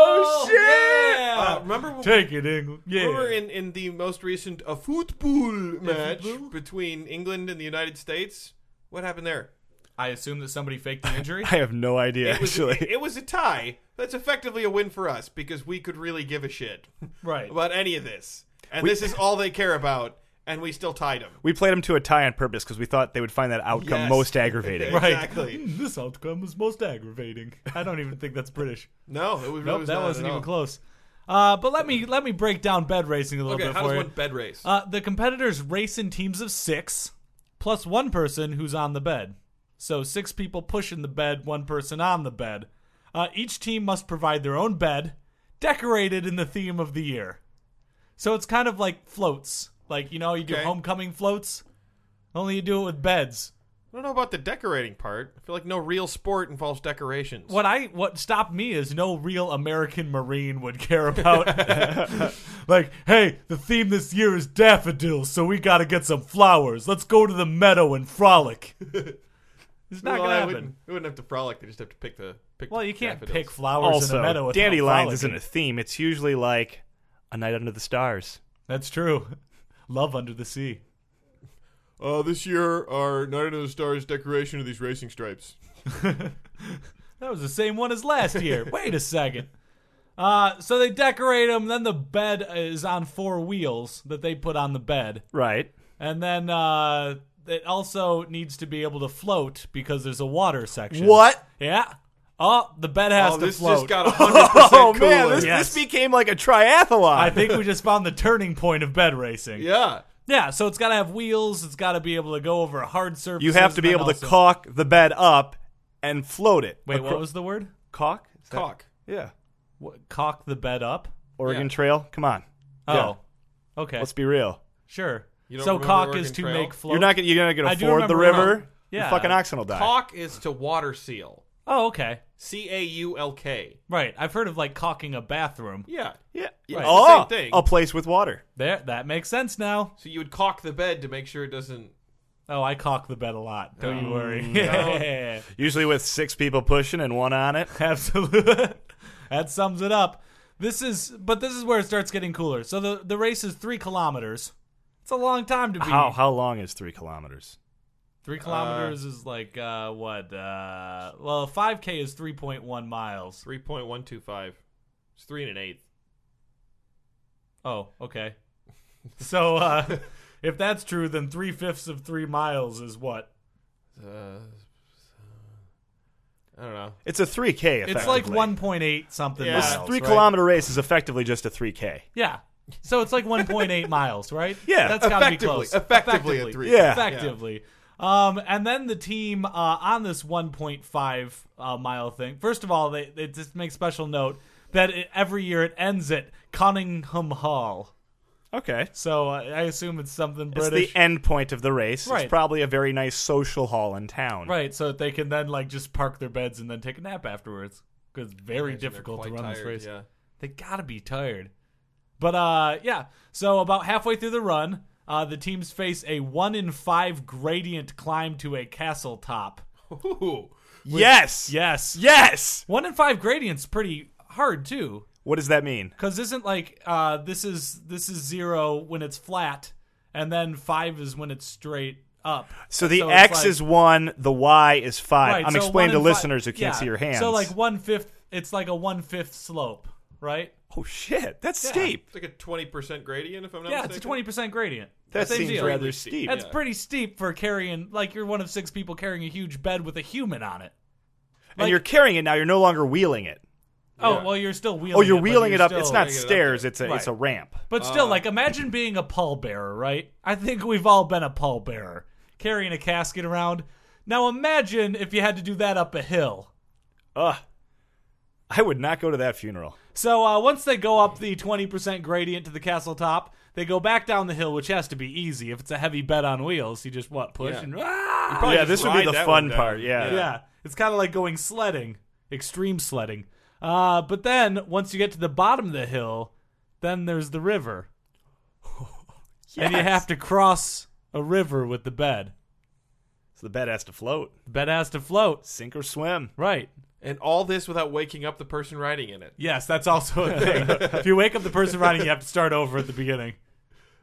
Speaker 2: win. Oh
Speaker 3: shit!
Speaker 2: yeah.
Speaker 1: Uh, remember when
Speaker 2: Take it, England. Yeah.
Speaker 1: we were in, in the most recent a football match between England and the United States? What happened there?
Speaker 2: I assume that somebody faked the injury.
Speaker 3: I have no idea
Speaker 1: It was,
Speaker 3: actually.
Speaker 1: it, it was a tie. That's effectively a win for us because we could really give a shit
Speaker 2: Right.
Speaker 1: about any of this. And this is all they care about, and we still tied them.
Speaker 3: we played them to a tie on purpose because we thought they would find that outcome
Speaker 1: Yes.
Speaker 3: most aggravating.
Speaker 2: Right.
Speaker 1: Exactly.
Speaker 2: Hmm, this outcome was most aggravating. I don't even think that's British.
Speaker 1: No, it was, it
Speaker 2: Nope,
Speaker 1: was
Speaker 2: that
Speaker 1: not
Speaker 2: wasn't
Speaker 1: at
Speaker 2: even
Speaker 1: all.
Speaker 2: close. Uh, but let me let me break down bed racing a little
Speaker 1: Okay,
Speaker 2: bit
Speaker 1: how
Speaker 2: for
Speaker 1: does
Speaker 2: you.
Speaker 1: one bed race?
Speaker 2: Uh, the competitors race in teams of six, plus one person who's on the bed. So six people pushing the bed, one person on the bed. Uh, each team must provide their own bed, decorated in the theme of the year. So it's kind of like floats, like you know you do
Speaker 1: Okay.
Speaker 2: homecoming floats, only you do it with beds.
Speaker 1: I don't know about the decorating part. I feel like no real sport involves decorations.
Speaker 2: What I what stopped me is no real American Marine would care about. like, hey, the theme this year is daffodils, so we got to get some flowers. Let's go to the meadow and frolic. it's not
Speaker 1: Well,
Speaker 2: gonna
Speaker 1: I
Speaker 2: happen.
Speaker 1: wouldn't, I wouldn't have to frolic. They just have to pick the pick.
Speaker 2: Well,
Speaker 1: the
Speaker 2: you can't
Speaker 1: daffodils.
Speaker 2: pick flowers in a meadow.
Speaker 3: Also,
Speaker 2: without
Speaker 3: dandelions
Speaker 2: frolicking.
Speaker 3: isn't a theme. It's usually like a night under the stars.
Speaker 2: That's true. Love under the sea.
Speaker 1: Uh, this year, our Night Under the Stars decoration of these racing stripes.
Speaker 2: That was the same one as last year. Wait a second. Uh, so they decorate them. Then the bed is on four wheels that they put on the bed.
Speaker 3: Right.
Speaker 2: And then uh, it also needs to be able to float because there's a water section.
Speaker 3: What?
Speaker 2: Yeah. Oh, the bed has
Speaker 1: oh,
Speaker 2: to
Speaker 1: this just
Speaker 2: float.
Speaker 1: got 100%
Speaker 3: Oh
Speaker 1: cooler.
Speaker 3: man, this,
Speaker 2: Yes.
Speaker 3: this became like a triathlon.
Speaker 2: I think we just found the turning point of bed racing.
Speaker 1: Yeah.
Speaker 2: Yeah, so it's got to have wheels. It's got to be able to go over hard surfaces.
Speaker 3: you have to
Speaker 2: and
Speaker 3: be
Speaker 2: then
Speaker 3: able to
Speaker 2: also-
Speaker 3: caulk the bed up and float it.
Speaker 2: Wait,
Speaker 3: acro-
Speaker 2: what was the word?
Speaker 3: caulk? Is that-
Speaker 1: Cock.
Speaker 3: Yeah.
Speaker 2: What, cock the bed up?
Speaker 3: Oregon
Speaker 1: Yeah.
Speaker 3: Trail. Come on.
Speaker 2: Oh,
Speaker 3: Yeah.
Speaker 2: okay,
Speaker 3: Let's be real.
Speaker 2: sure.
Speaker 1: don't
Speaker 2: So
Speaker 1: remember
Speaker 2: cock
Speaker 1: Oregon
Speaker 2: is to
Speaker 1: Trail?
Speaker 2: make float.
Speaker 3: You're not gonna you're not gonna
Speaker 2: I do
Speaker 3: ford the
Speaker 2: remember-
Speaker 3: river.
Speaker 2: No.
Speaker 3: Your
Speaker 2: Yeah.
Speaker 3: fucking oxen will die.
Speaker 1: Cock is to water seal.
Speaker 2: oh, okay,
Speaker 1: C A U L K.
Speaker 2: right. I've heard of like cocking a bathroom.
Speaker 1: Yeah.
Speaker 3: Yeah.
Speaker 2: Right.
Speaker 3: Oh,
Speaker 1: Same thing.
Speaker 3: a place with water.
Speaker 2: There, that makes sense now.
Speaker 1: So you would cock the bed to make sure it doesn't.
Speaker 2: Oh, I cock the bed a lot. Don't you worry.
Speaker 1: Mm,
Speaker 3: Usually with six people pushing and one on it.
Speaker 2: Absolutely. that sums it up. This is, but this is where it starts getting cooler. So the the race is three kilometers. It's a long time to be.
Speaker 3: How how long is three kilometers?
Speaker 2: Three kilometers is like uh, what? Uh, well, five k is three point one miles.
Speaker 1: 3.125. It's 3 and an eighth.
Speaker 2: Oh, okay. So uh, if that's true, then three fifths of three miles is what?
Speaker 1: Uh, I don't know.
Speaker 3: It's a three K
Speaker 2: It's like
Speaker 3: effectively.
Speaker 2: one point eight something
Speaker 1: Yeah.
Speaker 3: This
Speaker 2: miles.
Speaker 3: three
Speaker 2: right?
Speaker 3: kilometer race is effectively just a three K.
Speaker 2: Yeah. So it's like 1.8 miles, right?
Speaker 3: Yeah,
Speaker 2: that's got to be
Speaker 1: effectively-
Speaker 2: close.
Speaker 1: effectively at three.
Speaker 3: Yeah.
Speaker 2: effectively. Um, and then the team uh, on this 1.5 uh, mile thing. First of all, they, they just make special note that it, every year it ends at Cunningham Hall.
Speaker 3: Okay.
Speaker 2: So uh, I assume it's something
Speaker 3: It's
Speaker 2: British,
Speaker 3: the end point of the race.
Speaker 2: Right.
Speaker 3: It's probably a very nice social hall in town.
Speaker 2: right? So that they can then like just park their beds and then take a nap afterwards. Because it's very difficult to run this race.
Speaker 1: Yeah.
Speaker 2: They gotta be tired. But uh, yeah. So about halfway through the run, uh, the teams face a one in five gradient climb to a castle top.
Speaker 1: Ooh.
Speaker 3: Yes.
Speaker 2: Yes.
Speaker 3: Yes.
Speaker 2: One in five gradient's pretty hard too,
Speaker 3: What does that mean?
Speaker 2: because isn't like uh, this is this is zero when it's flat, and then five is when it's straight up.
Speaker 3: So the
Speaker 2: So it's
Speaker 3: X
Speaker 2: like-
Speaker 3: is one, the Y is five.
Speaker 2: Right,
Speaker 3: I'm
Speaker 2: so one
Speaker 3: explaining to
Speaker 2: in fi-
Speaker 3: listeners who can't
Speaker 2: yeah.
Speaker 3: see your hands.
Speaker 2: So like one fifth, it's like a one fifth slope, right?
Speaker 3: oh shit, that's steep.
Speaker 1: It's like a twenty percent gradient, if I'm not
Speaker 2: Yeah,
Speaker 1: mistaken.
Speaker 2: it's a twenty percent gradient.
Speaker 3: That
Speaker 2: Same
Speaker 3: seems
Speaker 2: deal.
Speaker 3: rather
Speaker 1: Steep.
Speaker 3: steep.
Speaker 2: That's
Speaker 1: yeah.
Speaker 2: pretty steep for carrying. Like you're one of six people carrying a huge bed with a human on it.
Speaker 3: and you're carrying it now. You're no longer wheeling it.
Speaker 2: Oh
Speaker 1: Yeah.
Speaker 2: well, you're still wheeling.
Speaker 3: Oh, you're
Speaker 2: it, but
Speaker 3: wheeling it up.
Speaker 2: still-
Speaker 3: It's not Uh.
Speaker 1: Wheeling it up
Speaker 3: stairs. It's a
Speaker 2: Right.
Speaker 3: it's a ramp.
Speaker 2: But still, like, imagine being a pallbearer, right? I think we've all been a pallbearer, carrying a casket around. Now imagine if you had to do that up a hill.
Speaker 3: Ugh. I would not go to that funeral.
Speaker 2: So uh, once they go up the 20% gradient to the castle top, they go back down the hill, which has to be easy. If it's a heavy bed on wheels, you just, what, push
Speaker 1: Yeah.
Speaker 2: and. Ah!
Speaker 1: Probably
Speaker 3: yeah,
Speaker 1: just
Speaker 3: this would be
Speaker 1: ride
Speaker 3: the
Speaker 1: that
Speaker 3: fun
Speaker 1: one down.
Speaker 3: part, yeah.
Speaker 2: Yeah, it's kind of like going sledding, extreme sledding. Uh, but then once you get to the bottom of the hill, then there's the river, and you
Speaker 3: Yes.
Speaker 2: have to cross a river with the bed.
Speaker 3: So the bed has to float,
Speaker 2: The bed has to float.
Speaker 3: sink or swim.
Speaker 2: Right.
Speaker 1: And all this without waking up the person riding in it.
Speaker 2: Yes, that's also a thing. if you wake up the person riding, you have to start over at the beginning.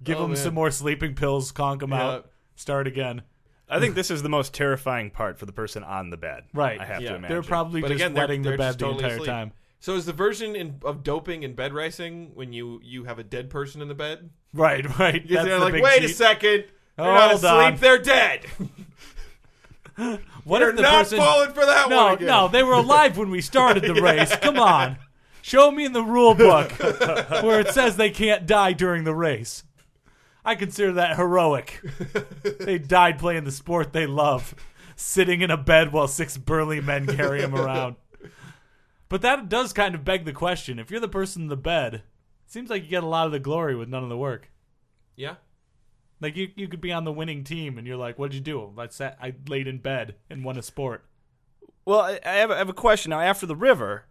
Speaker 2: Give
Speaker 1: Oh,
Speaker 2: them
Speaker 1: man.
Speaker 2: some more sleeping pills, conk them out,
Speaker 1: Yeah.
Speaker 2: start again.
Speaker 3: I think this is the most terrifying part for the person on the bed.
Speaker 2: Right.
Speaker 3: I
Speaker 1: Yeah.
Speaker 3: have to
Speaker 1: They're
Speaker 3: imagine.
Speaker 2: They're probably
Speaker 1: But
Speaker 2: just
Speaker 1: again, they're-
Speaker 2: wetting
Speaker 1: they're
Speaker 2: the bed
Speaker 1: just
Speaker 2: the
Speaker 1: totally
Speaker 2: entire
Speaker 1: asleep.
Speaker 2: time.
Speaker 1: So is the version in, of doping and bed racing when you you have a dead person in the bed?
Speaker 2: Right, right.
Speaker 1: Because
Speaker 2: That's
Speaker 1: they're
Speaker 2: the
Speaker 1: like,
Speaker 2: big
Speaker 1: wait a
Speaker 2: cheat.
Speaker 1: second, they're
Speaker 2: Oh,
Speaker 1: not
Speaker 2: hold
Speaker 1: asleep,
Speaker 2: on.
Speaker 1: they're dead.
Speaker 2: What
Speaker 1: They're
Speaker 2: if the
Speaker 1: not
Speaker 2: person
Speaker 1: falling for that
Speaker 2: No,
Speaker 1: one again.
Speaker 2: no, they were alive when we started the race. Come on. Show me in the rule book where it says they can't die during the race. I consider that heroic. They died playing the sport they love, sitting in a bed while six burly men carry him around. But that does kind of beg the question. If you're the person in the bed, it seems like you get a lot of the glory with none of the work.
Speaker 1: Yeah.
Speaker 2: Like you, you could be on the winning team and you're like, what'd you do? I sat, I laid in bed and won a sport.
Speaker 3: Well, I I have, I have a question now. After the river,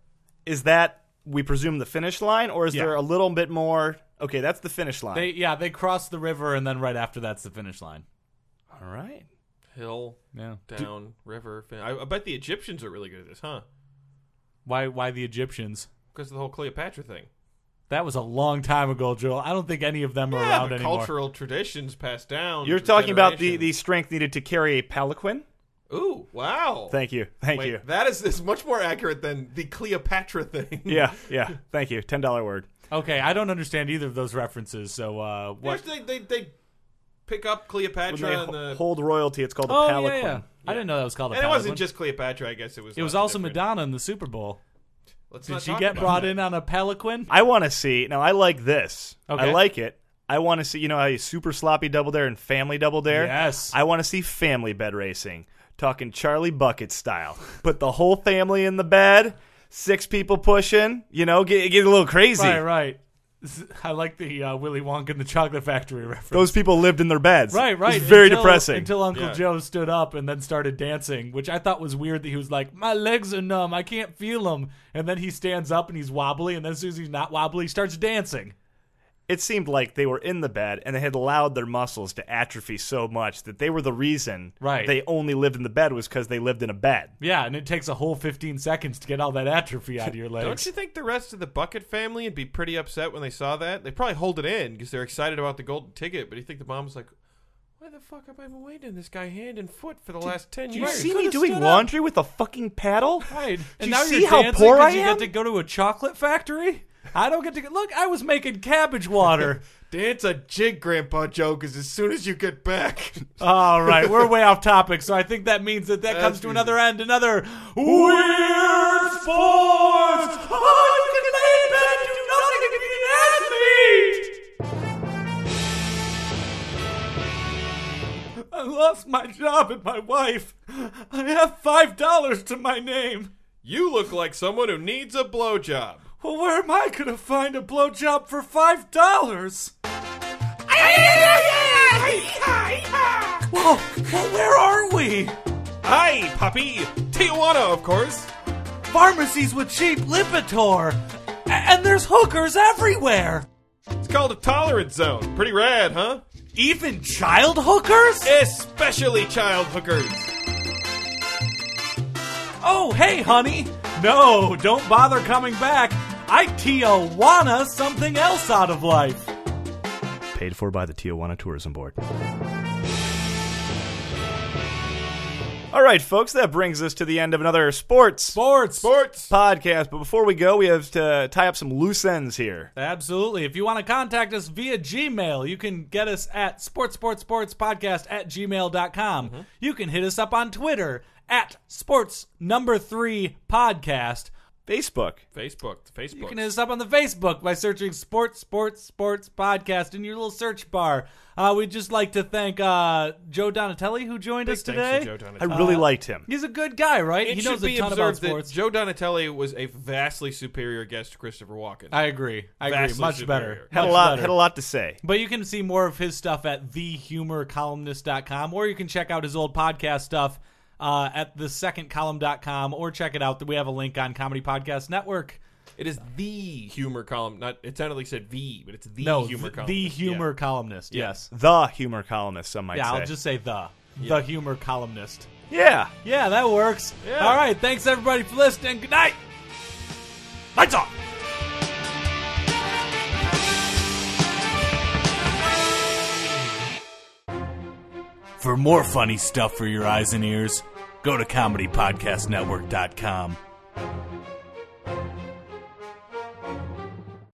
Speaker 3: is that we presume the finish line, or is
Speaker 2: Yeah.
Speaker 3: there a little bit more? Okay, that's the finish line.
Speaker 2: They yeah, they cross the river and then right after that's the finish line.
Speaker 3: All right.
Speaker 1: Hill,
Speaker 2: Yeah.
Speaker 1: down, river. Fin- I, I bet the Egyptians are really good at this, huh?
Speaker 2: Why why the Egyptians?
Speaker 1: Because of the whole Cleopatra thing.
Speaker 2: That was a long time ago, Joel. I don't think any of them are
Speaker 1: Yeah,
Speaker 2: around
Speaker 1: the
Speaker 2: anymore.
Speaker 1: cultural traditions passed down.
Speaker 3: You're
Speaker 1: through
Speaker 3: talking about the, the
Speaker 1: generations.
Speaker 3: strength needed to carry a palanquin.
Speaker 1: Ooh, wow.
Speaker 3: Thank you. Thank
Speaker 1: Wait,
Speaker 3: you.
Speaker 1: That is, is much more accurate than the Cleopatra thing.
Speaker 3: yeah, yeah. Thank you. Ten dollar word.
Speaker 2: Okay, I don't understand either of those references. So uh, what?
Speaker 1: They, they, they pick up
Speaker 3: When
Speaker 1: Cleopatra
Speaker 3: they
Speaker 1: and
Speaker 3: ho-
Speaker 1: the.
Speaker 3: hold royalty, it's called a
Speaker 2: Oh yeah,
Speaker 3: palanquin.
Speaker 2: yeah. I didn't know that was called a.
Speaker 1: and it wasn't
Speaker 2: palanquin.
Speaker 1: just Cleopatra, I guess it was.
Speaker 2: It was
Speaker 1: lots of
Speaker 2: also
Speaker 1: different-
Speaker 2: Madonna in the Super Bowl.
Speaker 1: Let's
Speaker 2: Did
Speaker 1: not
Speaker 2: she
Speaker 1: talk
Speaker 2: get
Speaker 1: about
Speaker 2: brought
Speaker 1: that.
Speaker 2: in on a palanquin?
Speaker 3: I want to see. Now I like this.
Speaker 2: Okay.
Speaker 3: I like it. I want to see. You know how you super sloppy double dare and family double dare.
Speaker 2: Yes.
Speaker 3: I want to see family bed racing, talking Charlie Bucket style. Put the whole family in the bed. Six people pushing. You know, get get a little crazy.
Speaker 2: Right, right. I like the uh, Willy Wonka and the Chocolate Factory reference.
Speaker 3: Those people lived in their beds.
Speaker 2: Right, right.
Speaker 3: It's very
Speaker 2: Until-
Speaker 3: depressing.
Speaker 2: Until Uncle
Speaker 1: Yeah.
Speaker 2: Joe stood up and then started dancing, which I thought was weird that he was like, My legs are numb. I can't feel them. And then he stands up and he's wobbly. And then as soon as he's not wobbly, he starts dancing.
Speaker 3: it seemed like they were in the bed and they had allowed their muscles to atrophy so much that they were the reason
Speaker 2: Right.
Speaker 3: they only lived in the bed was because they lived in a bed.
Speaker 2: Yeah, and it takes a whole 15 seconds to get all that atrophy out of your
Speaker 1: Don't
Speaker 2: legs.
Speaker 1: you think the rest of the Bucket family would be pretty upset when they saw that? They probably hold it in because they're excited about the golden ticket. But you think the mom was like, "Why the fuck have I been waiting on this guy hand and foot for the last ten
Speaker 3: Do you
Speaker 1: years?"
Speaker 3: see
Speaker 2: could've
Speaker 3: me doing
Speaker 2: stood up.
Speaker 3: laundry with a fucking paddle?
Speaker 2: Right.
Speaker 3: Do you
Speaker 2: And now
Speaker 3: see
Speaker 2: you're
Speaker 3: how
Speaker 2: dancing
Speaker 3: poor
Speaker 2: 'cause
Speaker 3: I
Speaker 2: you
Speaker 3: am?
Speaker 2: get to go to a chocolate factory? I don't get to. Look, I was making cabbage water.
Speaker 1: Dance a jig, Grandpa Joe, because as soon as you get back,
Speaker 2: All right, we're way off topic, so I think that means that that comes to
Speaker 1: easy.
Speaker 2: another end, another weird sports. Oh, you can lay in bed and do nothing and be an athlete. I love lost my job and my wife. I have five dollars to my name.
Speaker 1: You look like someone who needs a blowjob.
Speaker 2: Well, where am I gonna find a blowjob for five dollars? Whoa, well, where are we?
Speaker 1: Hi, puppy! Tijuana, of course!
Speaker 2: Pharmacies with cheap Lipitor, A- and there's hookers everywhere.
Speaker 1: It's called a tolerance zone. Pretty rad, huh?
Speaker 2: Even child hookers?
Speaker 1: Especially child hookers!
Speaker 2: Oh, hey, honey. No, don't bother coming back. I Tijuana something else out of life.
Speaker 3: Paid for by the Tijuana Tourism Board. All right, folks, that brings us to the end of another sports,
Speaker 2: Sports.
Speaker 1: Sports!
Speaker 3: podcast. But before we go, we have to tie up some loose ends here.
Speaker 2: Absolutely. If you want to contact us via Gmail, you can get us at sportsportsportspodcast at gmail.com. You can hit us up on Twitter at sports number three podcast.
Speaker 3: Facebook.
Speaker 1: Facebook. Facebook.
Speaker 2: You can hit us up on the Facebook by searching Sports Sports Sports Podcast in your little search bar. Uh, we'd just like to thank uh, Joe Donatelli who joined us today.
Speaker 1: Thanks to Joe
Speaker 3: I
Speaker 2: Uh,
Speaker 1: Donatelli.
Speaker 3: really liked him.
Speaker 2: He's a good guy, right?
Speaker 1: It
Speaker 2: he
Speaker 1: should
Speaker 2: knows
Speaker 1: be
Speaker 2: a ton about
Speaker 1: observed that
Speaker 2: sports.
Speaker 1: Joe Donatelli was a vastly superior guest to Christopher Walken.
Speaker 2: I agree. I agree.
Speaker 1: Vastly
Speaker 2: Much
Speaker 1: superior.
Speaker 2: better.
Speaker 3: Had a
Speaker 2: Much
Speaker 3: lot.
Speaker 2: better.
Speaker 3: Had a lot to say.
Speaker 2: But you can see more of his stuff at thehumorcolumnist.com, or you can check out his old podcast stuff uh, at thesecondcolumn.com, or check it out. We have a link on Comedy Podcast Network.
Speaker 1: it is the humor column. Not it sounded like you said V, but it's the
Speaker 2: No,
Speaker 1: humor
Speaker 2: th-
Speaker 1: column.
Speaker 2: the humor columnist. Yes.
Speaker 3: The humor columnist, some might
Speaker 2: Yeah,
Speaker 3: say.
Speaker 2: I'll just say the. The humor columnist.
Speaker 3: yeah.
Speaker 2: Yeah, that works.
Speaker 1: Yeah.
Speaker 2: All right. Thanks, everybody, for listening. Good night. Lights off. For more funny stuff for your eyes and ears, go to ComedyPodcastNetwork.com.